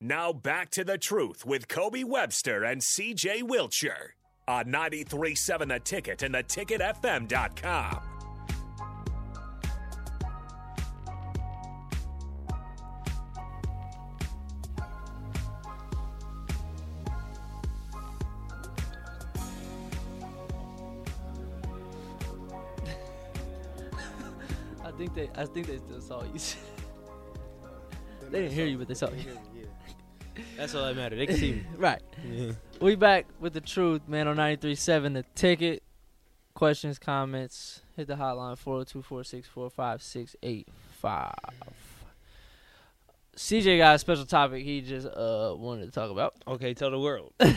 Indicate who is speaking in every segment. Speaker 1: Now back to the truth with Kobe Webster and CJ Wiltshire on 937 The Ticket and theticketfm.com.
Speaker 2: I think they I think they still saw you. they didn't hear you, but they saw you.
Speaker 3: That's all that matters. They can see me.
Speaker 2: right. We back with the truth, man, on 93.7 The Ticket. Questions, comments, hit the hotline 402-464-5685. CJ got a special topic he just uh wanted to talk about.
Speaker 3: Okay, tell the world.
Speaker 2: now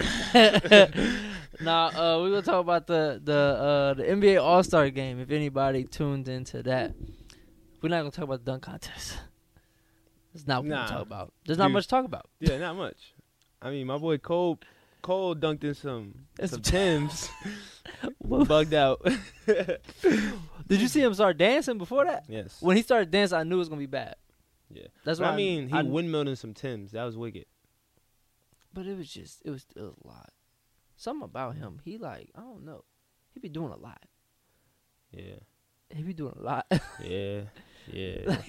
Speaker 2: uh, we're gonna talk about the the uh, the NBA All Star Game. If anybody tuned into that, we're not gonna talk about the dunk contest. It's not what
Speaker 3: Nah.
Speaker 2: we talk about. There's not
Speaker 3: Dude.
Speaker 2: much to talk about.
Speaker 3: Yeah, not much. I mean, my boy Cole Cole dunked in some
Speaker 2: That's
Speaker 3: some
Speaker 2: some-
Speaker 3: Tims,
Speaker 2: Whoa.
Speaker 3: bugged out.
Speaker 2: Did you see him start dancing before that?
Speaker 3: yes.
Speaker 2: When he started dancing, I knew it was gonna be bad.
Speaker 3: Yeah.
Speaker 2: that's
Speaker 3: But
Speaker 2: what
Speaker 3: I mean, he
Speaker 2: I,
Speaker 3: windmilled in some Tims. That was wicked.
Speaker 2: But it was just, it was still a lot. Something about him, he like, I don't know. He be doing a lot.
Speaker 3: Yeah.
Speaker 2: He be doing a lot.
Speaker 3: Yeah. Yeah.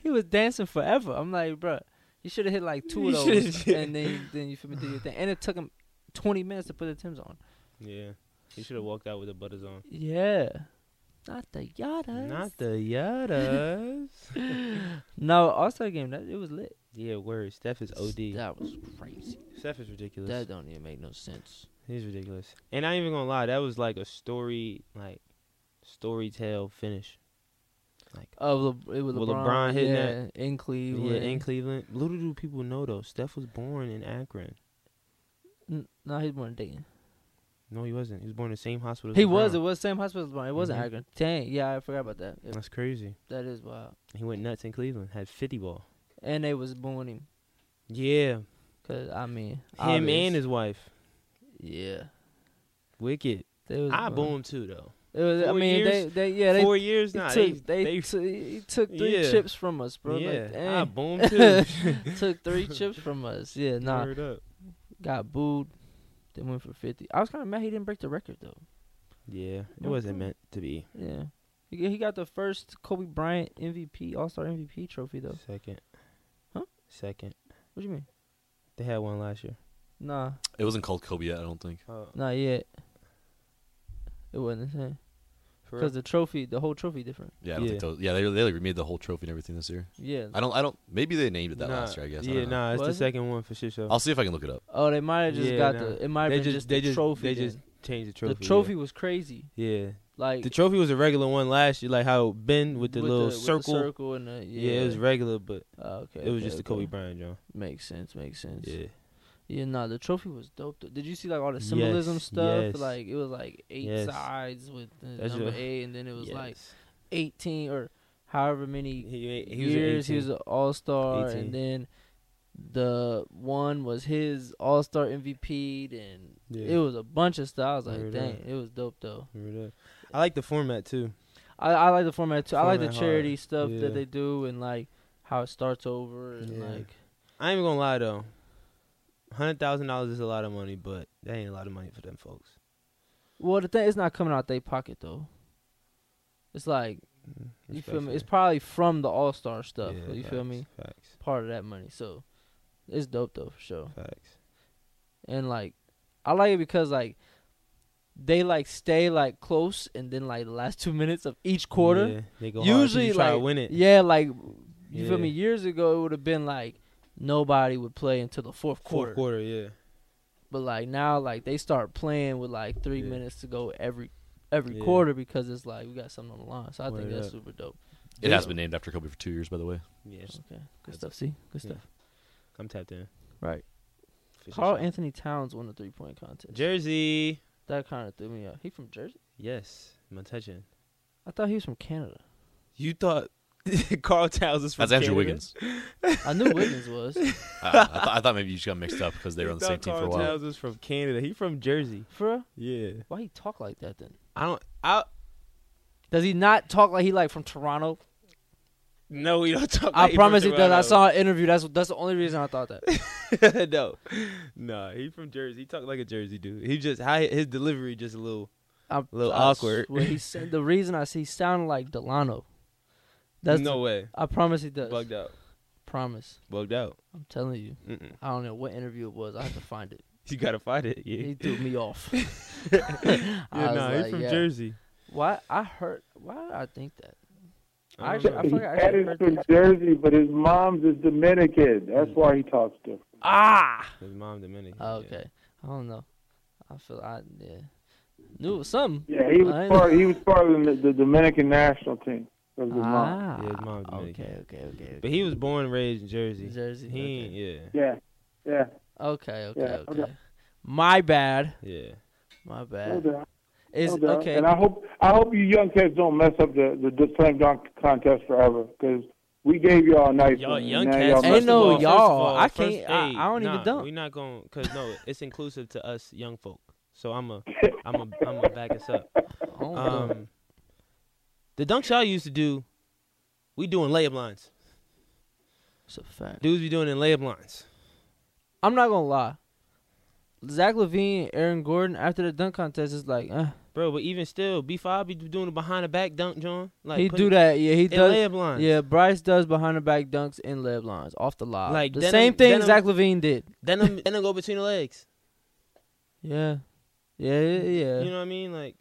Speaker 2: he was dancing forever. I'm like, bruh, you should have hit like two of
Speaker 3: You shoulda-
Speaker 2: those, and then then you feel me do your thing. And it took him 20 minutes to put the Tim's on.
Speaker 3: yeah. He should have walked out with the butters on.
Speaker 2: Yeah, not the Yadas.
Speaker 3: Not the Yadas.
Speaker 2: no All Star game. That it was lit.
Speaker 3: yeah, word. Steph is OD.
Speaker 2: That was crazy.
Speaker 3: Steph is ridiculous.
Speaker 2: That don't even make no sense.
Speaker 3: He's ridiculous. And I ain't even gonna lie, that was like a story, like story tale finish. Like,
Speaker 2: Of Oh, Le- it was
Speaker 3: With
Speaker 2: LeBron,
Speaker 3: LeBron hitting
Speaker 2: yeah,
Speaker 3: that-
Speaker 2: in Cleveland.
Speaker 3: yeah, in Cleveland. Little do people know though, Steph was born in Akron.
Speaker 2: N- No, he's born in Dayton.
Speaker 3: No, he wasn't. He was born in the same hospital. as
Speaker 2: He was. It
Speaker 3: LeBron.
Speaker 2: was same hospital as LeBron. It wasn't
Speaker 3: Mhm.
Speaker 2: Akron. Dang. Yeah, I forgot about that. It-
Speaker 3: That's crazy.
Speaker 2: that is wild.
Speaker 3: He went nuts in Cleveland. Had fifty ball.
Speaker 2: And they was booing him.
Speaker 3: Yeah,
Speaker 2: Cause I mean, him
Speaker 3: him and his wife.
Speaker 2: yeah.
Speaker 3: Wicked.
Speaker 2: They was
Speaker 3: I
Speaker 2: booing.
Speaker 3: boomed too though.
Speaker 2: It was, I
Speaker 3: Four
Speaker 2: mean, they,
Speaker 3: years?
Speaker 2: they, yeah, they,
Speaker 3: Four years
Speaker 2: they
Speaker 3: now.
Speaker 2: took,
Speaker 3: they,
Speaker 2: they,
Speaker 3: they-
Speaker 2: t- he took three
Speaker 3: Yeah.
Speaker 2: chips from us, bro.
Speaker 3: yeah,
Speaker 2: like,
Speaker 3: I
Speaker 2: dang.
Speaker 3: boomed too.
Speaker 2: took three chips from us. Yeah, nah,
Speaker 3: Word up.
Speaker 2: got booed. Then went for fifty. I was kind of mad he didn't break the record though.
Speaker 3: Yeah, it wasn't meant to be.
Speaker 2: Yeah, he, g- he got the first Kobe Bryant MVP All Star MVP trophy though.
Speaker 3: Second.
Speaker 2: Huh?
Speaker 3: Second.
Speaker 2: What do you mean?
Speaker 3: They had one last year.
Speaker 2: Nah,
Speaker 4: It wasn't called Kobe yet, I don't think.
Speaker 3: Oh,
Speaker 2: not yet. It wasn't the same
Speaker 3: for real?
Speaker 2: because the trophy, the whole trophy, different.
Speaker 4: Yeah, I don't think
Speaker 3: Yeah.
Speaker 4: that was, yeah, they they like remade the whole trophy and everything this year.
Speaker 2: Yeah.
Speaker 4: I don't I don't maybe they named it that
Speaker 3: Nah,
Speaker 4: last year, I guess. I
Speaker 3: Yeah,
Speaker 4: don't know.
Speaker 3: nah, it's the
Speaker 2: Was it?
Speaker 3: second one for shit show.
Speaker 4: I'll see if I can look it up.
Speaker 2: Oh, they might have just
Speaker 3: Yeah,
Speaker 2: got
Speaker 3: nah.
Speaker 2: the. It might have
Speaker 3: they
Speaker 2: been
Speaker 3: just,
Speaker 2: just
Speaker 3: they
Speaker 2: the
Speaker 3: just
Speaker 2: trophy.
Speaker 3: they just
Speaker 2: then.
Speaker 3: changed the
Speaker 2: the
Speaker 3: trophy.
Speaker 2: trophy was crazy.
Speaker 3: Yeah. yeah.
Speaker 2: Like
Speaker 3: The trophy was a regular one last year, like how Ben with the little
Speaker 2: with
Speaker 3: circle.
Speaker 2: circle and the,
Speaker 3: yeah.
Speaker 2: yeah,
Speaker 3: it was regular, but
Speaker 2: Oh, okay,
Speaker 3: it was
Speaker 2: okay,
Speaker 3: just the
Speaker 2: okay.
Speaker 3: Kobe Bryant John.
Speaker 2: Makes sense, makes sense. Yeah,
Speaker 3: Yeah.
Speaker 2: nah, the trophy was dope. Though. Did you see like all the symbolism
Speaker 3: Yes,
Speaker 2: stuff?
Speaker 3: yes.
Speaker 2: Like it was like eight
Speaker 3: Yes.
Speaker 2: sides with the
Speaker 3: That's
Speaker 2: number
Speaker 3: what-
Speaker 2: eight, and then it was like
Speaker 3: Yes.
Speaker 2: eighteen or however many
Speaker 3: he, he, was
Speaker 2: years he was an all star,
Speaker 3: 18.
Speaker 2: and then the one was his all star MVP, and
Speaker 3: Yeah.
Speaker 2: it was a bunch of stuff. I was like,
Speaker 3: Word
Speaker 2: dang,
Speaker 3: up.
Speaker 2: it was dope though.
Speaker 3: Remember that? I like the format too.
Speaker 2: I, I like the format too. I like the
Speaker 3: Format hard,
Speaker 2: charity stuff
Speaker 3: yeah.
Speaker 2: that they do and like how it starts over and
Speaker 3: Yeah.
Speaker 2: like
Speaker 3: I ain't even gonna lie though. Hundred thousand dollars is a lot of money, but that ain't a lot of money for them folks.
Speaker 2: well the thing it's not coming out their pocket though. It's like you feel me? It's probably from the All Star stuff.
Speaker 3: Yeah,
Speaker 2: you feel
Speaker 3: facts,
Speaker 2: me?
Speaker 3: Facts.
Speaker 2: Part of that money. So it's dope though for sure.
Speaker 3: Facts.
Speaker 2: And like I like it because like they like stay like close and then like the last two minutes of each quarter.
Speaker 3: Yeah, they go
Speaker 2: Usually,
Speaker 3: Usually, hard 'cause you try
Speaker 2: like
Speaker 3: to win it.
Speaker 2: Yeah, like you
Speaker 3: Yeah.
Speaker 2: feel me? Years ago, it would have been like nobody would play until the fourth quarter.
Speaker 3: Fourth quarter, yeah.
Speaker 2: But like now, like they start playing with like three
Speaker 3: Yeah.
Speaker 2: minutes to go every every
Speaker 3: Yeah.
Speaker 2: quarter because it's like we got something on the line. So I
Speaker 3: Word
Speaker 2: think that's
Speaker 3: up.
Speaker 2: super dope.
Speaker 4: It
Speaker 3: Yeah.
Speaker 4: has been named after Kobe for two years, by the way.
Speaker 3: Yeah,
Speaker 2: Okay, good
Speaker 3: That's-
Speaker 2: stuff. See, good
Speaker 3: yeah.
Speaker 2: stuff.
Speaker 3: I'm tapped in.
Speaker 2: Right.
Speaker 3: Fish
Speaker 2: Carl
Speaker 3: and
Speaker 2: Anthony Towns won the three point contest.
Speaker 3: Jersey.
Speaker 2: that kind of threw me off. He from Jersey?
Speaker 3: Yes, my touching.
Speaker 2: I thought he was from Canada.
Speaker 3: You thought Carl Towns was from
Speaker 4: That's Andrew
Speaker 3: Canada?
Speaker 4: Wiggins.
Speaker 2: I knew Wiggins was
Speaker 4: I, I, thought, I thought maybe you just got mixed up because they were
Speaker 3: You
Speaker 4: on the same
Speaker 3: thought
Speaker 4: team for a
Speaker 3: Carl
Speaker 4: while.
Speaker 3: Towns was from Canada. He from Jersey.
Speaker 2: for. Real?
Speaker 3: Yeah.
Speaker 2: Why he talk like that then?
Speaker 3: I don't. I
Speaker 2: Does he not talk like he like from Toronto?
Speaker 3: No, we don't talk.
Speaker 2: I
Speaker 3: about
Speaker 2: promise
Speaker 3: Abrams
Speaker 2: you that I
Speaker 3: Toronto.
Speaker 2: saw an interview. That's that's the only reason I thought that.
Speaker 3: no, no, he from Jersey. He talked like a Jersey dude. He just how his delivery just a little.
Speaker 2: I'm,
Speaker 3: A little
Speaker 2: I
Speaker 3: awkward.
Speaker 2: swear he said, the reason I see he sounded like Delano. That's
Speaker 3: no way.
Speaker 2: I promise he does.
Speaker 3: Bugged out.
Speaker 2: Promise.
Speaker 3: Bugged out.
Speaker 2: I'm telling you.
Speaker 3: Mm-mm.
Speaker 2: I don't know what interview it was. I have to find it.
Speaker 3: You gotta fight it. Yeah.
Speaker 2: He threw me off.
Speaker 3: yeah,
Speaker 2: I was
Speaker 3: nah,
Speaker 2: like,
Speaker 3: he from
Speaker 2: yeah.
Speaker 3: Jersey.
Speaker 2: Why I heard? Why did I think that? I
Speaker 3: don't know.
Speaker 2: actually, I forgot. I
Speaker 5: That
Speaker 2: actually
Speaker 5: is
Speaker 2: heard
Speaker 5: from
Speaker 2: that.
Speaker 5: Jersey, but his mom's is Dominican.
Speaker 3: Mm.
Speaker 5: That's why he talks different.
Speaker 2: Ah.
Speaker 3: His mom Dominican. yeah.
Speaker 2: Oh, Okay. I don't know. I feel I yeah. Knew it was something.
Speaker 5: Yeah, he
Speaker 2: I
Speaker 5: was
Speaker 2: know.
Speaker 5: part. He was part of the, the Dominican national team. Of his mom.
Speaker 2: Ah.
Speaker 3: Yeah, his mom's Dominican.
Speaker 2: okay, okay, okay. okay.
Speaker 3: But he was born and raised in Jersey.
Speaker 2: Jersey.
Speaker 3: He ain't,
Speaker 2: Okay,
Speaker 3: yeah,
Speaker 5: Yeah, yeah.
Speaker 2: okay, okay.
Speaker 5: Yeah,
Speaker 2: okay.
Speaker 5: okay.
Speaker 2: My bad.
Speaker 3: yeah.
Speaker 2: My
Speaker 5: No
Speaker 2: bad.
Speaker 5: doubt.
Speaker 2: Is
Speaker 5: no doubt.
Speaker 2: okay.
Speaker 5: And I hope I hope you young kids don't mess up the the, the slam dunk contest forever because we gave y'all a nice
Speaker 3: Y'all
Speaker 5: one, and
Speaker 3: young
Speaker 5: now
Speaker 3: cats.
Speaker 5: y'all
Speaker 3: first
Speaker 2: Ain't
Speaker 5: messing
Speaker 3: of
Speaker 2: no
Speaker 3: all-
Speaker 5: it
Speaker 3: first
Speaker 5: up.
Speaker 3: of
Speaker 2: y'all.
Speaker 3: all,
Speaker 2: I
Speaker 3: first-
Speaker 2: can't- I-
Speaker 3: hey,
Speaker 2: I don't even
Speaker 3: nah,
Speaker 2: dunk.
Speaker 3: We not going cause no, it's inclusive to us young folk. So I'm a, I'm a, I'm a back us up.
Speaker 2: Oh, no.
Speaker 3: Um, the dunks y'all used to do, we doing layup lines.
Speaker 2: It's a fact.
Speaker 3: Dudes be doing in layup lines.
Speaker 2: I'm not gonna lie. Zach Levine, Aaron Gordon, after the dunk contest, is like, uh,
Speaker 3: Bro, but even still, B5 be doing the behind the back dunk, John. Like
Speaker 2: he
Speaker 3: putting
Speaker 2: do that. Yeah, he
Speaker 3: in
Speaker 2: does.
Speaker 3: layup lines.
Speaker 2: Yeah, Bryce does behind the back dunks and layup lines off the line.
Speaker 3: Like,
Speaker 2: Like the
Speaker 3: Denham-
Speaker 2: same thing
Speaker 3: Denham-
Speaker 2: Zach Levine did.
Speaker 3: Then them, then them go between the legs.
Speaker 2: Yeah, yeah, yeah. yeah.
Speaker 3: You know what I mean? Like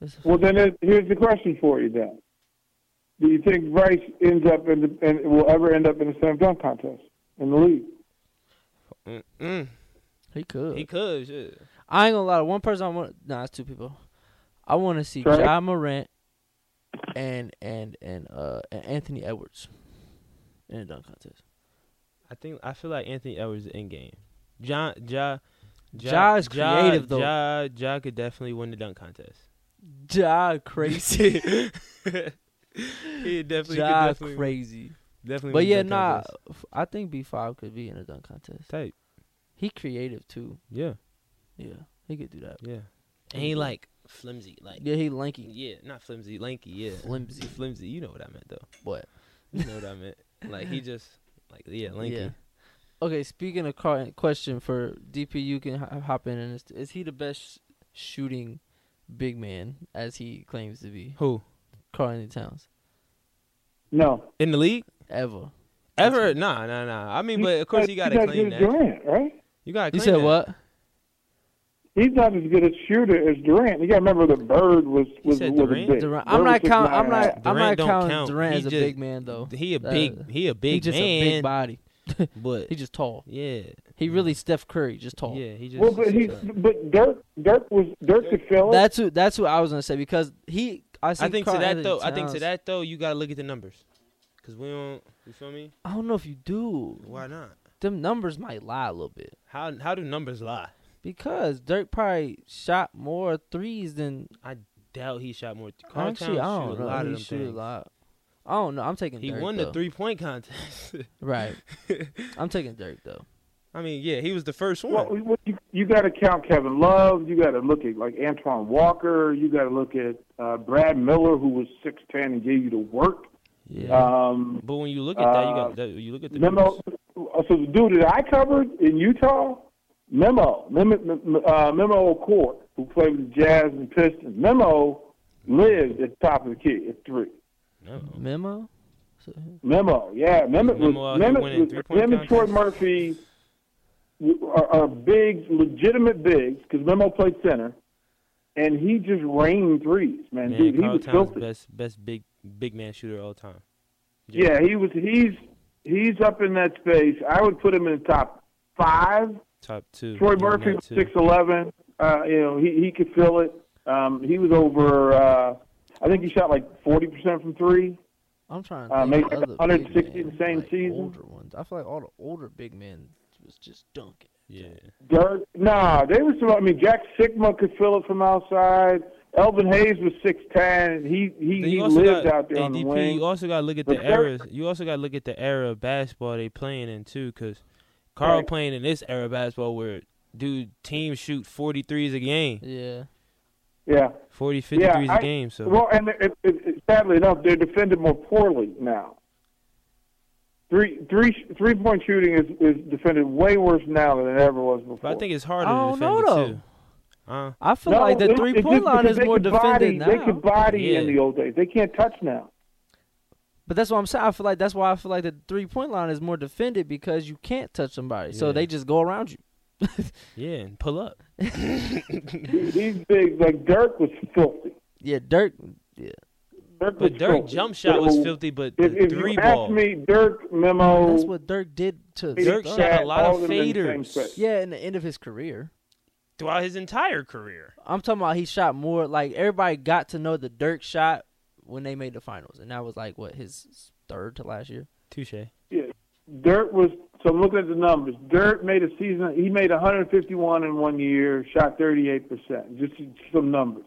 Speaker 2: It's a
Speaker 5: Well,
Speaker 2: fact.
Speaker 5: then it- here's the question for you then: Do you think Bryce ends up in the and will ever end up in the slam dunk contest in the league?
Speaker 3: Mm-mm.
Speaker 2: he could.
Speaker 3: He could, shit.
Speaker 2: I ain't gonna lie. One person I want. Nah, it's two people. I want to see
Speaker 5: Trey?
Speaker 2: Ja Morant and and and uh and Anthony Edwards in a dunk contest.
Speaker 3: I think I feel like Anthony Edwards is in game. John Ja
Speaker 2: Ja is creative, though.
Speaker 3: Ja, ja could definitely win the dunk contest.
Speaker 2: Ja crazy.
Speaker 3: He definitely
Speaker 2: ja
Speaker 3: could definitely,
Speaker 2: crazy.
Speaker 3: definitely
Speaker 2: But
Speaker 3: win the
Speaker 2: yeah,
Speaker 3: dunk
Speaker 2: nah.
Speaker 3: contest.
Speaker 2: f- I think B five could be in a dunk contest.
Speaker 3: Type.
Speaker 2: He creative too.
Speaker 3: Yeah,
Speaker 2: Yeah, he could do that.
Speaker 3: yeah.
Speaker 2: And he,
Speaker 3: like flimsy, like
Speaker 2: Yeah, he lanky,
Speaker 3: yeah, not flimsy, lanky, yeah.
Speaker 2: flimsy,
Speaker 3: Flimsy, you know what I meant though.
Speaker 2: but
Speaker 3: You know what I meant. Like he just like yeah, lanky.
Speaker 2: Yeah. Okay, speaking of car- question for DP, you can ho- hop in. And is, is he the best shooting big man as he claims to be?
Speaker 3: Who?
Speaker 2: Carl Anthony Towns
Speaker 5: No,
Speaker 3: In the league?
Speaker 2: ever?
Speaker 3: Ever? Nah, nah, nah. I mean, but of course you gotta
Speaker 5: He's not
Speaker 3: claim
Speaker 5: good as
Speaker 3: that.
Speaker 5: Durant, right?
Speaker 3: You gotta
Speaker 2: You
Speaker 3: claim
Speaker 2: said
Speaker 3: that.
Speaker 2: what?
Speaker 5: He's not as good a shooter as Durant. You got to remember the Bird was was,
Speaker 3: said
Speaker 5: was a
Speaker 3: Durant?
Speaker 5: big.
Speaker 2: Durant.
Speaker 5: Bird
Speaker 2: I'm
Speaker 5: was
Speaker 2: not
Speaker 5: six
Speaker 2: counting.
Speaker 5: nine
Speaker 2: I'm
Speaker 5: and a
Speaker 2: not.
Speaker 5: half.
Speaker 2: I'm
Speaker 3: Durant
Speaker 2: not
Speaker 3: don't
Speaker 2: counting
Speaker 3: count.
Speaker 2: Durant
Speaker 3: He
Speaker 2: as a
Speaker 3: just-
Speaker 2: big man though.
Speaker 3: He a
Speaker 2: That-
Speaker 3: big, he a big
Speaker 2: he just
Speaker 3: man,
Speaker 2: a big body.
Speaker 3: but
Speaker 2: He just Oh. tall.
Speaker 3: yeah,
Speaker 2: He really Steph Curry, just tall.
Speaker 3: yeah, he just.
Speaker 5: Well, but he but Dirk Dirk was Dirk could fill it.
Speaker 2: That's who. That's who I was gonna say because he. I,
Speaker 3: I
Speaker 2: seen
Speaker 3: think to
Speaker 2: Karl
Speaker 3: that
Speaker 2: Anthony
Speaker 3: though, I think to
Speaker 2: Towns-
Speaker 3: that though, you gotta look at the numbers, cause we don't. You feel me?
Speaker 2: I don't know if you do.
Speaker 3: Why not?
Speaker 2: Them numbers might lie a little bit.
Speaker 3: How how do numbers lie?
Speaker 2: Because Dirk probably shot more threes than
Speaker 3: Doubt he shot more. Carl
Speaker 2: actually.
Speaker 3: Towns
Speaker 2: I don't
Speaker 3: shoot a
Speaker 2: know.
Speaker 3: lot
Speaker 2: he
Speaker 3: of them
Speaker 2: shoot
Speaker 3: things.
Speaker 2: a lot. I don't know. I'm taking.
Speaker 3: He
Speaker 2: Dirk,
Speaker 3: won
Speaker 2: though.
Speaker 3: the three point contest.
Speaker 2: Right. I'm taking Dirk though.
Speaker 3: I mean, yeah, he was the first one.
Speaker 5: Well, well, you you got to count Kevin Love. You got to look at like Antoine Walker. You got to look at uh, Brad Miller, who was six ten and gave you the work.
Speaker 2: Yeah.
Speaker 5: Um,
Speaker 3: but when you look at that, you got
Speaker 5: uh,
Speaker 3: that, you look at the
Speaker 5: Memo.
Speaker 3: numbers.
Speaker 5: So the dude that I covered in Utah, Memo, Memo, uh, Memo Court, who played with the Jazz and Pistons. Memo lived at the top of the key at three.
Speaker 3: No.
Speaker 2: Memo. So-
Speaker 5: Memo, yeah, Memo,
Speaker 3: Memo out here
Speaker 5: was, Memo,
Speaker 3: winning
Speaker 5: was-
Speaker 3: three-point
Speaker 5: Memo and Troy
Speaker 3: contests.
Speaker 5: Murphy are, are bigs, legitimate bigs, because Memo played center, and he just rained threes, man.
Speaker 3: Man,
Speaker 5: Dude, he
Speaker 3: Karl
Speaker 5: was
Speaker 3: Towns
Speaker 5: filthy.
Speaker 3: best best big big man shooter of all time.
Speaker 5: Yeah, he was. He's he's up in that space. I would put him in the top five.
Speaker 3: Top two.
Speaker 5: Troy
Speaker 3: Big
Speaker 5: Murphy
Speaker 3: man
Speaker 5: was
Speaker 3: two.
Speaker 5: six eleven. Uh, you know, he he could fill it. Um, he was over. Uh, I think he shot like forty percent from three.
Speaker 2: I'm trying to
Speaker 5: Uh,
Speaker 2: think
Speaker 5: maybe
Speaker 2: of other big
Speaker 5: 160 in the
Speaker 2: men,
Speaker 5: same
Speaker 2: like,
Speaker 5: season.
Speaker 2: Older ones. I feel like all the older big men was just dunking.
Speaker 3: Yeah.
Speaker 5: Dirk, nah, they were some. I mean, Jack Sigma could fill it from outside. Elvin Hayes was six ten. He he,
Speaker 3: Then
Speaker 5: he
Speaker 3: you also
Speaker 5: lived
Speaker 3: got-
Speaker 5: out there on the
Speaker 3: ADP,
Speaker 5: wing.
Speaker 3: You also got to look at
Speaker 5: But
Speaker 3: the
Speaker 5: Dirk-
Speaker 3: eras. You also got to look at the era of basketball they playing in too, because Carl
Speaker 5: Right.
Speaker 3: playing in this era of basketball where dude teams shoot 43s a game,
Speaker 2: Yeah.
Speaker 5: yeah.
Speaker 3: 40, 53s
Speaker 5: Yeah, I-
Speaker 3: a game. So
Speaker 5: Well, and it, it, it, sadly enough, they're defended more poorly now. three three three point shooting is, is defended way worse now than it ever was before.
Speaker 3: But I think it's harder
Speaker 2: I
Speaker 3: to
Speaker 2: don't
Speaker 3: defend
Speaker 2: know,
Speaker 3: it too. Uh,
Speaker 2: I feel
Speaker 5: No,
Speaker 2: like the
Speaker 5: it-
Speaker 2: three
Speaker 5: it's
Speaker 2: point
Speaker 5: just
Speaker 2: line
Speaker 5: because
Speaker 2: is
Speaker 5: they
Speaker 2: more
Speaker 5: could
Speaker 2: defended
Speaker 5: body, They
Speaker 2: now.
Speaker 5: could body in
Speaker 3: Yeah.
Speaker 5: the old days. They can't touch now.
Speaker 2: But that's what I'm saying. I feel like that's why I feel like the three point line is more defended because you can't touch somebody, so
Speaker 3: Yeah.
Speaker 2: they just go around you.
Speaker 3: yeah, and pull up.
Speaker 5: These bigs like Dirk was filthy.
Speaker 2: Yeah, Dirk. Yeah,
Speaker 5: Dirk was
Speaker 3: But Dirk
Speaker 5: filthy.
Speaker 3: jump shot was
Speaker 5: So,
Speaker 3: filthy, but
Speaker 5: If,
Speaker 3: the
Speaker 5: if
Speaker 3: three
Speaker 5: you
Speaker 3: ball.
Speaker 5: ask me, Dirk memo.
Speaker 2: that's what Dirk did to
Speaker 5: Dirk
Speaker 3: Dirk
Speaker 5: Dirk
Speaker 3: shot
Speaker 5: had
Speaker 3: a lot of
Speaker 5: all of them in the same
Speaker 3: faders
Speaker 5: space.
Speaker 2: Yeah, in the end of his career.
Speaker 3: throughout his entire career.
Speaker 2: I'm talking about he shot more. Like everybody got to know the Dirk shot when they made the finals, and that was like what his third to last year.
Speaker 3: Touche.
Speaker 5: Dirk was. So I'm looking at the numbers. Dirk made a season. He made 151 in one year. Shot 38 percent. Just some numbers.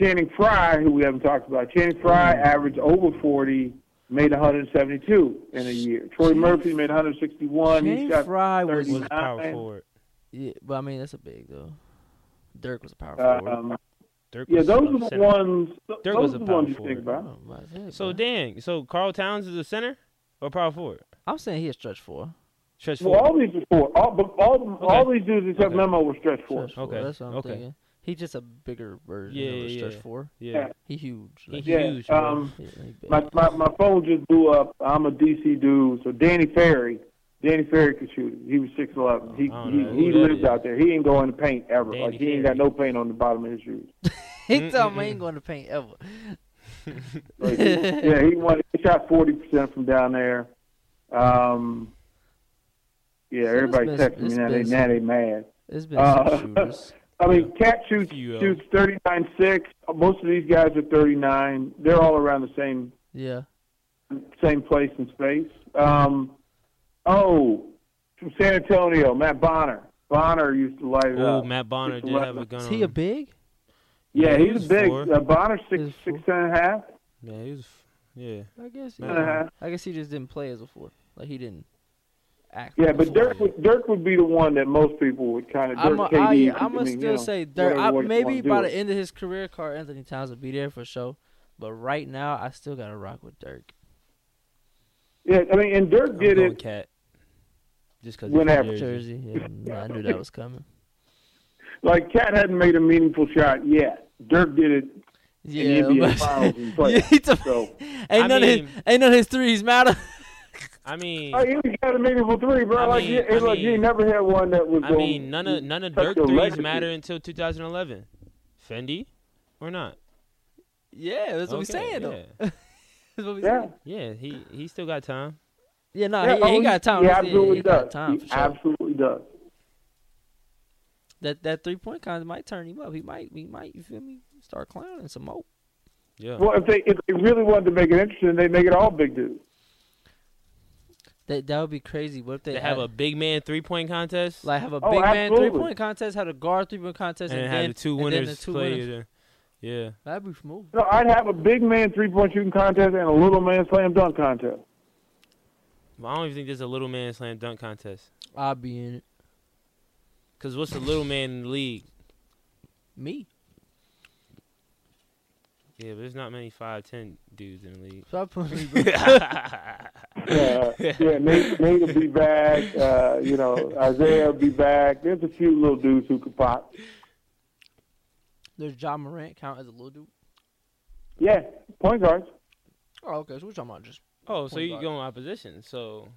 Speaker 5: Channing Frye, who we haven't talked about, Channing Frye averaged over 40. Made 172 in a year. Troy Murphy made 161.
Speaker 2: Channing
Speaker 5: he shot
Speaker 2: Frye was-
Speaker 3: Was
Speaker 5: 39.
Speaker 3: a power forward.
Speaker 2: Yeah, but I mean that's a big though. Dirk was a power forward.
Speaker 5: Um,
Speaker 3: Dirk
Speaker 5: yeah,
Speaker 3: was
Speaker 5: those
Speaker 3: up
Speaker 5: are the
Speaker 3: center.
Speaker 5: ones. th-
Speaker 3: Dirk was
Speaker 5: those
Speaker 3: a
Speaker 5: are the
Speaker 3: power
Speaker 5: ones you
Speaker 3: forward.
Speaker 5: think
Speaker 2: I
Speaker 5: about.
Speaker 2: don't know about that,
Speaker 3: So
Speaker 2: Oh, bro.
Speaker 3: dang, so Carl Towns is a center or power forward?
Speaker 2: I'm saying he a stretch four.
Speaker 3: Stretch
Speaker 5: Well,
Speaker 3: forward.
Speaker 5: all these are four. All, but all, all these dudes except
Speaker 3: Okay.
Speaker 5: Memo were stretch fours.
Speaker 2: Stretch four.
Speaker 3: Okay,
Speaker 2: That's what I'm
Speaker 3: okay.
Speaker 2: thinking. He just a bigger version
Speaker 3: Yeah,
Speaker 2: of a
Speaker 3: yeah,
Speaker 2: stretch
Speaker 3: yeah.
Speaker 2: four.
Speaker 3: Yeah.
Speaker 2: He huge.
Speaker 3: He
Speaker 2: Like,
Speaker 5: Yeah,
Speaker 3: huge. bro.
Speaker 5: um,
Speaker 2: yeah, he big.
Speaker 5: My, my my phone just blew up. I'm a DC dude, so Danny Ferry, Danny Ferry could shoot. it. He was six eleven. He
Speaker 3: I don't know
Speaker 5: he, he
Speaker 3: Oh, who that
Speaker 5: lives
Speaker 3: is.
Speaker 5: out there. He ain't going to paint ever.
Speaker 3: Danny
Speaker 5: like he ain't got no paint on the bottom of his shoes.
Speaker 3: Mm,
Speaker 2: he told me he ain't going to paint ever.
Speaker 5: Like, yeah, he won. He shot forty percent from down there. Um, yeah,
Speaker 2: So it's
Speaker 5: everybody
Speaker 2: been-
Speaker 5: texting me
Speaker 2: it's
Speaker 5: now. They
Speaker 2: been-
Speaker 5: now they mad.
Speaker 2: It's been
Speaker 5: Uh,
Speaker 2: some shooters.
Speaker 5: I mean, Cat shoots
Speaker 3: You, uh,
Speaker 5: shoots thirty nine six. Most of these guys are thirty nine. They're all around the same
Speaker 2: Yeah.
Speaker 5: same place in space. Um, oh, from San Antonio, Matt Bonner. Bonner used to light it
Speaker 3: Ooh,
Speaker 5: up.
Speaker 3: Matt Bonner
Speaker 5: Used to
Speaker 3: did
Speaker 5: light
Speaker 3: have
Speaker 5: it
Speaker 3: a
Speaker 5: up.
Speaker 3: gun.
Speaker 2: Is
Speaker 3: on
Speaker 2: he a
Speaker 3: him.
Speaker 2: big?
Speaker 5: Yeah,
Speaker 3: he
Speaker 5: he's
Speaker 3: was
Speaker 5: a big.
Speaker 3: four.
Speaker 5: Uh, Bonner
Speaker 2: He
Speaker 5: six
Speaker 2: was
Speaker 5: six and a half.
Speaker 3: Yeah, he was. f- Yeah,
Speaker 2: I guess.
Speaker 5: and a
Speaker 2: Yeah.
Speaker 5: half.
Speaker 2: I guess he just didn't play as a four. Like he didn't act.
Speaker 5: Yeah,
Speaker 2: like a
Speaker 5: but
Speaker 2: four.
Speaker 5: Dirk would, Dirk would be the one that most people would kind of Dirk
Speaker 2: I'm a,
Speaker 5: KD.
Speaker 2: I, yeah,
Speaker 5: I
Speaker 2: I'm gonna
Speaker 5: mean,
Speaker 2: still
Speaker 5: you know,
Speaker 2: say Dirk.
Speaker 5: whatever
Speaker 2: I,
Speaker 5: way you
Speaker 2: maybe
Speaker 5: wanna do
Speaker 2: by
Speaker 5: it.
Speaker 2: the end of his career, Carl Anthony Towns will be there for sure. But right now, I still gotta rock with Dirk.
Speaker 5: Yeah, I mean, and Dirk
Speaker 3: I'm
Speaker 5: did
Speaker 3: going
Speaker 5: it.
Speaker 3: Cat. Just because
Speaker 5: Whenever.
Speaker 2: Jersey, yeah, I knew that was coming.
Speaker 5: Like Cat hadn't made a meaningful shot yet. Dirk did it
Speaker 2: Yeah,
Speaker 5: in the NBA
Speaker 2: but-
Speaker 5: Finals and play.
Speaker 2: Yeah, he took-
Speaker 5: so
Speaker 2: ain't
Speaker 3: I
Speaker 2: none of his
Speaker 3: mean-
Speaker 2: ain't none of his threes matter.
Speaker 3: I mean,
Speaker 5: oh, he got a meaningful three, bro.
Speaker 3: I
Speaker 5: like,
Speaker 3: mean-
Speaker 5: he,
Speaker 3: I
Speaker 5: like he
Speaker 3: mean-
Speaker 5: never had one that was.
Speaker 3: I
Speaker 5: gonna
Speaker 3: mean, none of none of
Speaker 5: touch
Speaker 3: Dirk
Speaker 5: your
Speaker 3: threes
Speaker 5: legacy.
Speaker 3: matter until 2011. Fendi, or not?
Speaker 2: yeah, that's what we
Speaker 3: Okay,
Speaker 2: saying though.
Speaker 3: yeah.
Speaker 2: That's what we
Speaker 5: Yeah.
Speaker 2: saying.
Speaker 3: Yeah, he he still got time.
Speaker 2: Yeah, no,
Speaker 5: Yeah,
Speaker 2: he,
Speaker 5: oh,
Speaker 2: he got time.
Speaker 5: He
Speaker 2: Yeah,
Speaker 5: absolutely
Speaker 2: he
Speaker 5: does.
Speaker 2: got time
Speaker 5: he
Speaker 2: for sure.
Speaker 5: absolutely does.
Speaker 2: that that three point kind might turn him up. He might, he might. You feel me? Start clowning some more.
Speaker 3: Yeah.
Speaker 5: Well, if they if they really wanted to make it interesting, they make it all big dudes.
Speaker 2: That that would be crazy. What if they,
Speaker 3: They have
Speaker 2: had-
Speaker 3: a big man three point contest.
Speaker 2: like have a
Speaker 5: Oh,
Speaker 2: big man three
Speaker 5: absolutely.
Speaker 2: point contest, have a guard three point contest,
Speaker 3: and,
Speaker 2: and,
Speaker 3: then
Speaker 2: then
Speaker 3: have the two
Speaker 2: and then
Speaker 3: winners
Speaker 2: the two
Speaker 3: play.
Speaker 2: winners.
Speaker 3: it, uh, Yeah.
Speaker 2: That'd be smooth.
Speaker 5: No, I'd have a big man three point shooting contest and a little man slam dunk contest.
Speaker 3: But I don't even think there's a little man slam dunk contest.
Speaker 2: I'd be in it.
Speaker 3: Cause what's a little man in the league?
Speaker 2: Me.
Speaker 3: Yeah, but there's not many five ten dudes in the league.
Speaker 2: Stop putting me.
Speaker 5: Uh, yeah, Nate, Nate will be back. Uh, you know, Isaiah will be back. There's a few little dudes who could pop.
Speaker 2: Does John Morant count as a little dude?
Speaker 5: Yeah, point guards.
Speaker 2: Oh, okay. So we're talking about just
Speaker 3: Oh, so
Speaker 2: Point
Speaker 3: you
Speaker 2: guard.
Speaker 3: going opposition? So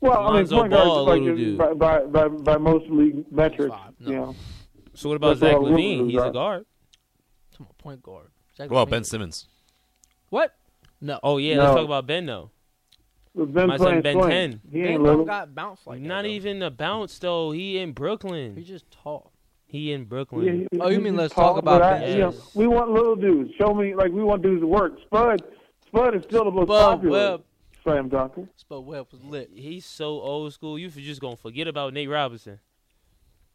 Speaker 5: Well,
Speaker 3: Lonzo
Speaker 5: I mean, point
Speaker 3: Ball, a
Speaker 5: guards
Speaker 3: little
Speaker 5: is
Speaker 3: dude.
Speaker 5: like by, by by by most league metrics.
Speaker 2: Five,
Speaker 5: You
Speaker 2: no.
Speaker 5: know,
Speaker 3: so what about
Speaker 5: That's what I
Speaker 3: Zach
Speaker 5: was
Speaker 3: Levine?
Speaker 5: wondering,
Speaker 3: He's a
Speaker 5: Zach.
Speaker 3: guard.
Speaker 2: talking about point guard. Zach
Speaker 4: Well,
Speaker 2: Levine.
Speaker 4: Ben Simmons.
Speaker 2: What? No.
Speaker 3: Oh yeah, let's
Speaker 5: No.
Speaker 3: talk about Ben though.
Speaker 5: with Ben
Speaker 3: My son
Speaker 5: playing
Speaker 3: Ben
Speaker 5: slam,
Speaker 3: 10.
Speaker 5: he
Speaker 2: Ben
Speaker 5: ain't
Speaker 2: don't
Speaker 5: little.
Speaker 2: got bounced like that,
Speaker 3: not
Speaker 2: though.
Speaker 3: even a bounce though. He in
Speaker 2: He's
Speaker 3: Brooklyn.
Speaker 2: just tall.
Speaker 3: He in
Speaker 5: Yeah,
Speaker 3: Brooklyn.
Speaker 5: he-
Speaker 2: Oh, you
Speaker 5: he's
Speaker 2: mean
Speaker 5: just
Speaker 2: let's talk
Speaker 5: tall,
Speaker 2: about
Speaker 5: but I-
Speaker 2: Ben.
Speaker 5: you know, we want little dudes. Show me, like, we want dudes to work. Spud, Spud is still the most
Speaker 2: Spud
Speaker 5: popular
Speaker 2: Webb.
Speaker 5: slam dunker.
Speaker 2: But Webb was lit.
Speaker 3: He's so old school. You f- just gonna forget about Nate Robinson.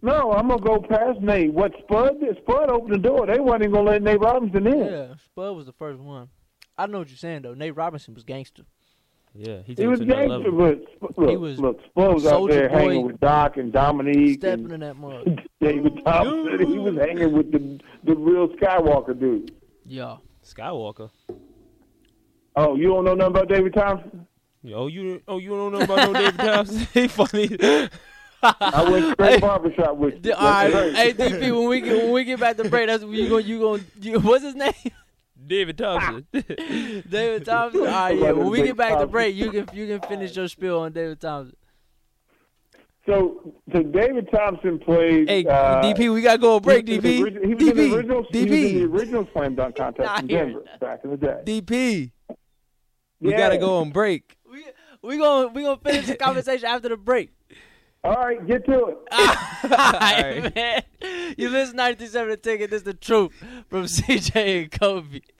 Speaker 5: No, I'm gonna go past Nate. What Spud did? Spud opened the door. They wasn't even gonna let Nate Robinson in.
Speaker 2: Yeah, Spud was the first one. I know what you're saying though. Nate Robinson was gangster.
Speaker 3: Yeah, he, took
Speaker 5: He
Speaker 3: it
Speaker 5: was
Speaker 3: to another
Speaker 5: gangster,
Speaker 3: level.
Speaker 5: but Sp- look,
Speaker 2: He was
Speaker 5: look, Spud was out
Speaker 2: Soulja
Speaker 5: there
Speaker 2: Boy.
Speaker 5: hanging with Doc and Dominique
Speaker 2: Stepping
Speaker 5: and
Speaker 2: in that mug.
Speaker 5: David Thompson. He was hanging with the the real Skywalker dude.
Speaker 2: Yo.
Speaker 3: Skywalker.
Speaker 5: Oh, you don't know nothing about David Thompson?
Speaker 3: Oh, you oh you don't know about no David Thompson? he funny.
Speaker 5: I went straight barbershop with you.
Speaker 2: D- All right,
Speaker 5: That's
Speaker 2: hey DP, when we get when we get back to break, that's you going you going you, what's his name?
Speaker 3: David Thompson.
Speaker 2: David Thompson. All right, yeah.
Speaker 5: Somebody
Speaker 2: When we
Speaker 5: named
Speaker 2: get back to
Speaker 5: Thompson.
Speaker 2: break, you can you can finish your spiel on David Thompson.
Speaker 5: So, so David Thompson played.
Speaker 3: hey,
Speaker 5: uh,
Speaker 3: DP, we gotta go on break.
Speaker 5: He was, in the,
Speaker 3: DP,
Speaker 5: origi- he was in the original.
Speaker 3: DP,
Speaker 5: He was in the
Speaker 3: DP,
Speaker 5: original slam dunk contest in
Speaker 2: Nah, I hear
Speaker 5: Denver back in the day.
Speaker 3: DP. We gotta
Speaker 5: Yeah.
Speaker 3: go on break.
Speaker 2: We we gonna we gonna finish the conversation after the break.
Speaker 5: All right, get to it.
Speaker 2: Alright, man. You listen 97 to Ticket. This is the truth from CJ and Kobe.